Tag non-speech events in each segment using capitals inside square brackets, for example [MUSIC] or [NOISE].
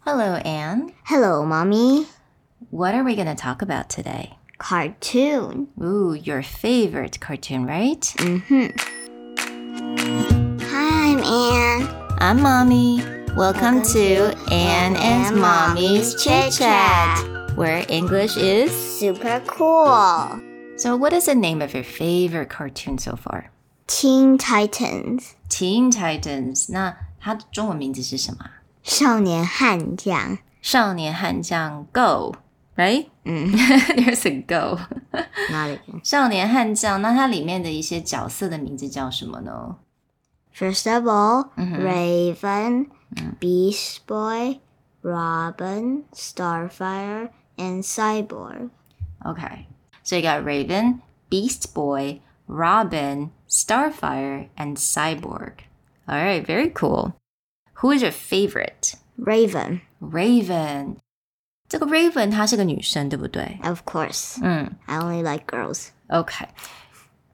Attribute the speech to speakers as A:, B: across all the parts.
A: Hello, Anne.
B: Hello, mommy.
A: What are we going to talk about today?
B: Cartoon.
A: Ooh, your favorite cartoon, right?
B: Mm-hmm. Hi, I'm Anne.
A: I'm Mommy. Welcome to Anne and Mommy's Chit Chat, where English is.
B: Super cool.
A: So, what is the name of your favorite cartoon so far?
B: Teen Titans.
A: Teen Titans. 那它的中文名字是什么？
B: 少年悍将.
A: 少年悍将 Go, right?
B: 嗯
A: [LAUGHS] There's a Go.
B: ，not again.
A: 少年悍将，那它里面的一些角色的名字叫什么呢？
B: First of all,
A: Mhm.
B: Raven,
A: Mm.
B: Beast Boy, Robin, Starfire, and Cyborg.
A: Okay. So you got Raven, Beast Boy, Robin, Starfire, and Cyborg. All right, very cool. Who is your favorite?
B: Raven,
A: Raven. 这个 Raven 她是个女生，对不对？嗯，
B: of course.
A: Mm.
B: I only like girls.
A: Okay.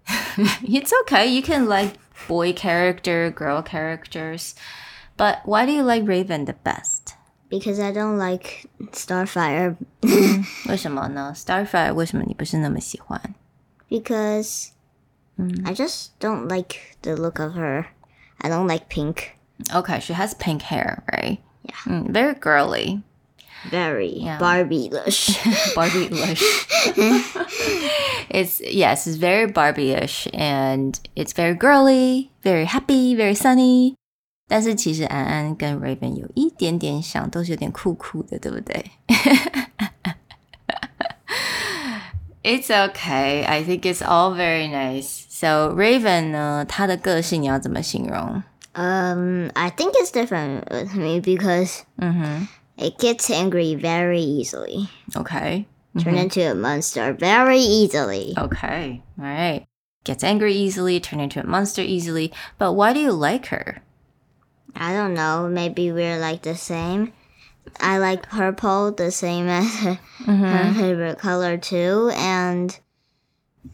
A: [LAUGHS] it's okay. You can like boy character, girl characters. But why do you like Raven the best?
B: Because I don't like Starfire
A: 为什么呢？Starfire 为什么你不是那么喜欢？
B: because I just don't like the look of her. I don't like pink.
A: Okay, she has pink hair, right?
B: Yeah.
A: Mm, very girly.
B: Very
A: Yeah.
B: Barbie-ish.
A: Barbie-ish. [LAUGHS] it's yes, it's very Barbie-ish and it's very girly, very happy, very sunny. 但是其实安安跟 Raven 有一点点像，都是有点酷酷的，对不对 [LAUGHS] ？It's okay. I think it's all very nice. So Raven 呢，她的个性你要怎么形容？
B: [LAUGHS] um, I think it's different with me because it gets angry very easily.
A: Okay.
B: Turn into a monster very easily.
A: Okay. All right. Gets angry easily, turn into a monster easily. But why do you like her?
B: I don't know. Maybe we're like the same. I like purple the same as her, her
A: Mm-hmm.
B: favorite color too, and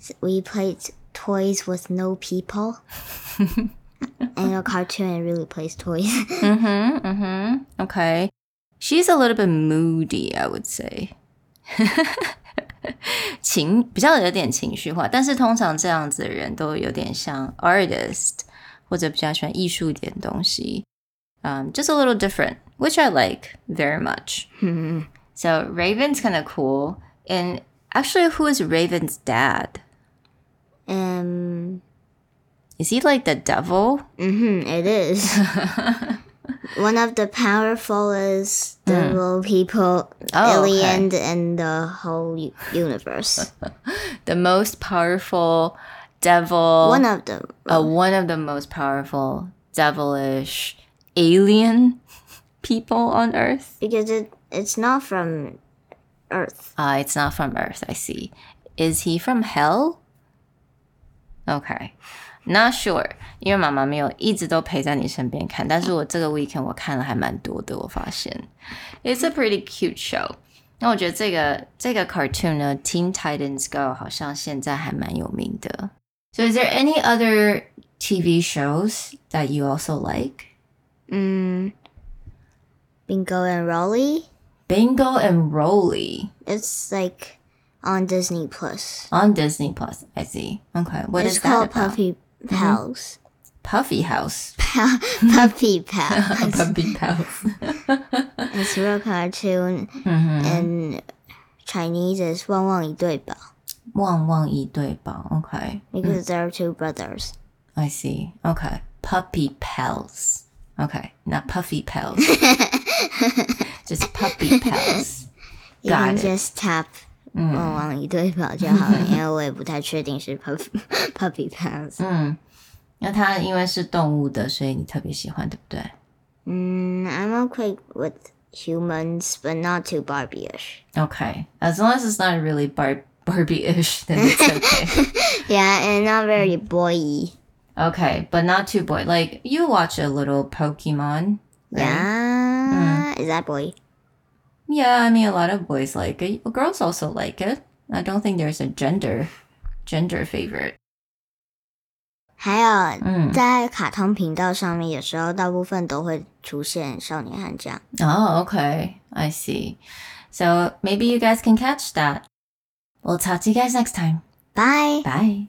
B: s- we played toys with
A: [LAUGHS]
B: no people. and a cartoon it really plays toys. [LAUGHS]
A: Mm-hmm. Mm-hmm. Okay. She's a little bit moody, I would say. [LAUGHS] 情比较有点情绪化，但是通常这样子的人都有点像 artist，或者比较喜欢艺术一点东西。Um, just a little different, which I like very much. So Raven's kind of cool, and actually, who is Raven's dad?
B: um,
A: Is he like the devil?
B: mhm,
A: [LAUGHS]
B: it is. One of the powerful is the little people,
A: Mm. Oh, okay.
B: alien, and the whole u- universe.
A: The most powerful devil.
B: One of them.
A: uh, one of the most powerful devilish alien [LAUGHS] people on Earth.
B: because it it's not from Earth.
A: Uh, it's not from Earth, I see. Is he from hell? Okay. Not sure，因为妈妈没有一直都陪在你身边看，但是我这个 weekend 我看了还蛮多的，我发现，It's a pretty cute show。那我觉得这个这个 cartoon 呢，《Teen Titans Go》好像现在还蛮有名的。So is there any other TV shows that you also like?
B: Mm. Bingo and Rolly.
A: Bingo and Rolly
B: It's like on Disney Plus.
A: on Disney Plus. I see. Okay, what is
B: it's called
A: that about? Mm-hmm.
B: Puppy
A: [LAUGHS]
B: Pals. [LAUGHS]
A: Puffy House.
B: Puppy [LAUGHS]
A: [LAUGHS]
B: Pals.
A: Puppy House.
B: it's a real cartoon
A: Mm-hmm.
B: and Chinese is Wang Wang Dui Bao
A: 旺旺一对宝. Okay,
B: because there are two brothers.
A: I see. Okay, Puppy Pals. Okay, not Puffy Pals. Just Puppy Pals. Mm.
B: You
A: Got
B: can
A: it.
B: just tap Wang Wang Dui Bao 就好了，因为我也不太确定是
A: [LAUGHS]
B: [LAUGHS] Puppy Puppy Pals。
A: Mm. 那它因为是动物的，所以你特别喜欢，对不对？
B: Mm, I'm okay with humans, but not too Barbie-ish.
A: Okay, as long as it's not really Bar [LAUGHS] Barbie-ish, then it's okay.
B: Yeah, and not very boy.
A: Okay, but not too boy. Like you watch a little Pokemon. right?
B: Yeah, is that boy?
A: Yeah, I mean a lot of boys like it. Girls also like it. I don't think there's a gender gender favorite.
B: 还有在卡通频道上面，有时候大部分都会出现少年悍将。
A: Oh, okay. I see. So maybe you guys can catch that. We'll talk to you guys next time.
B: Bye.
A: Bye.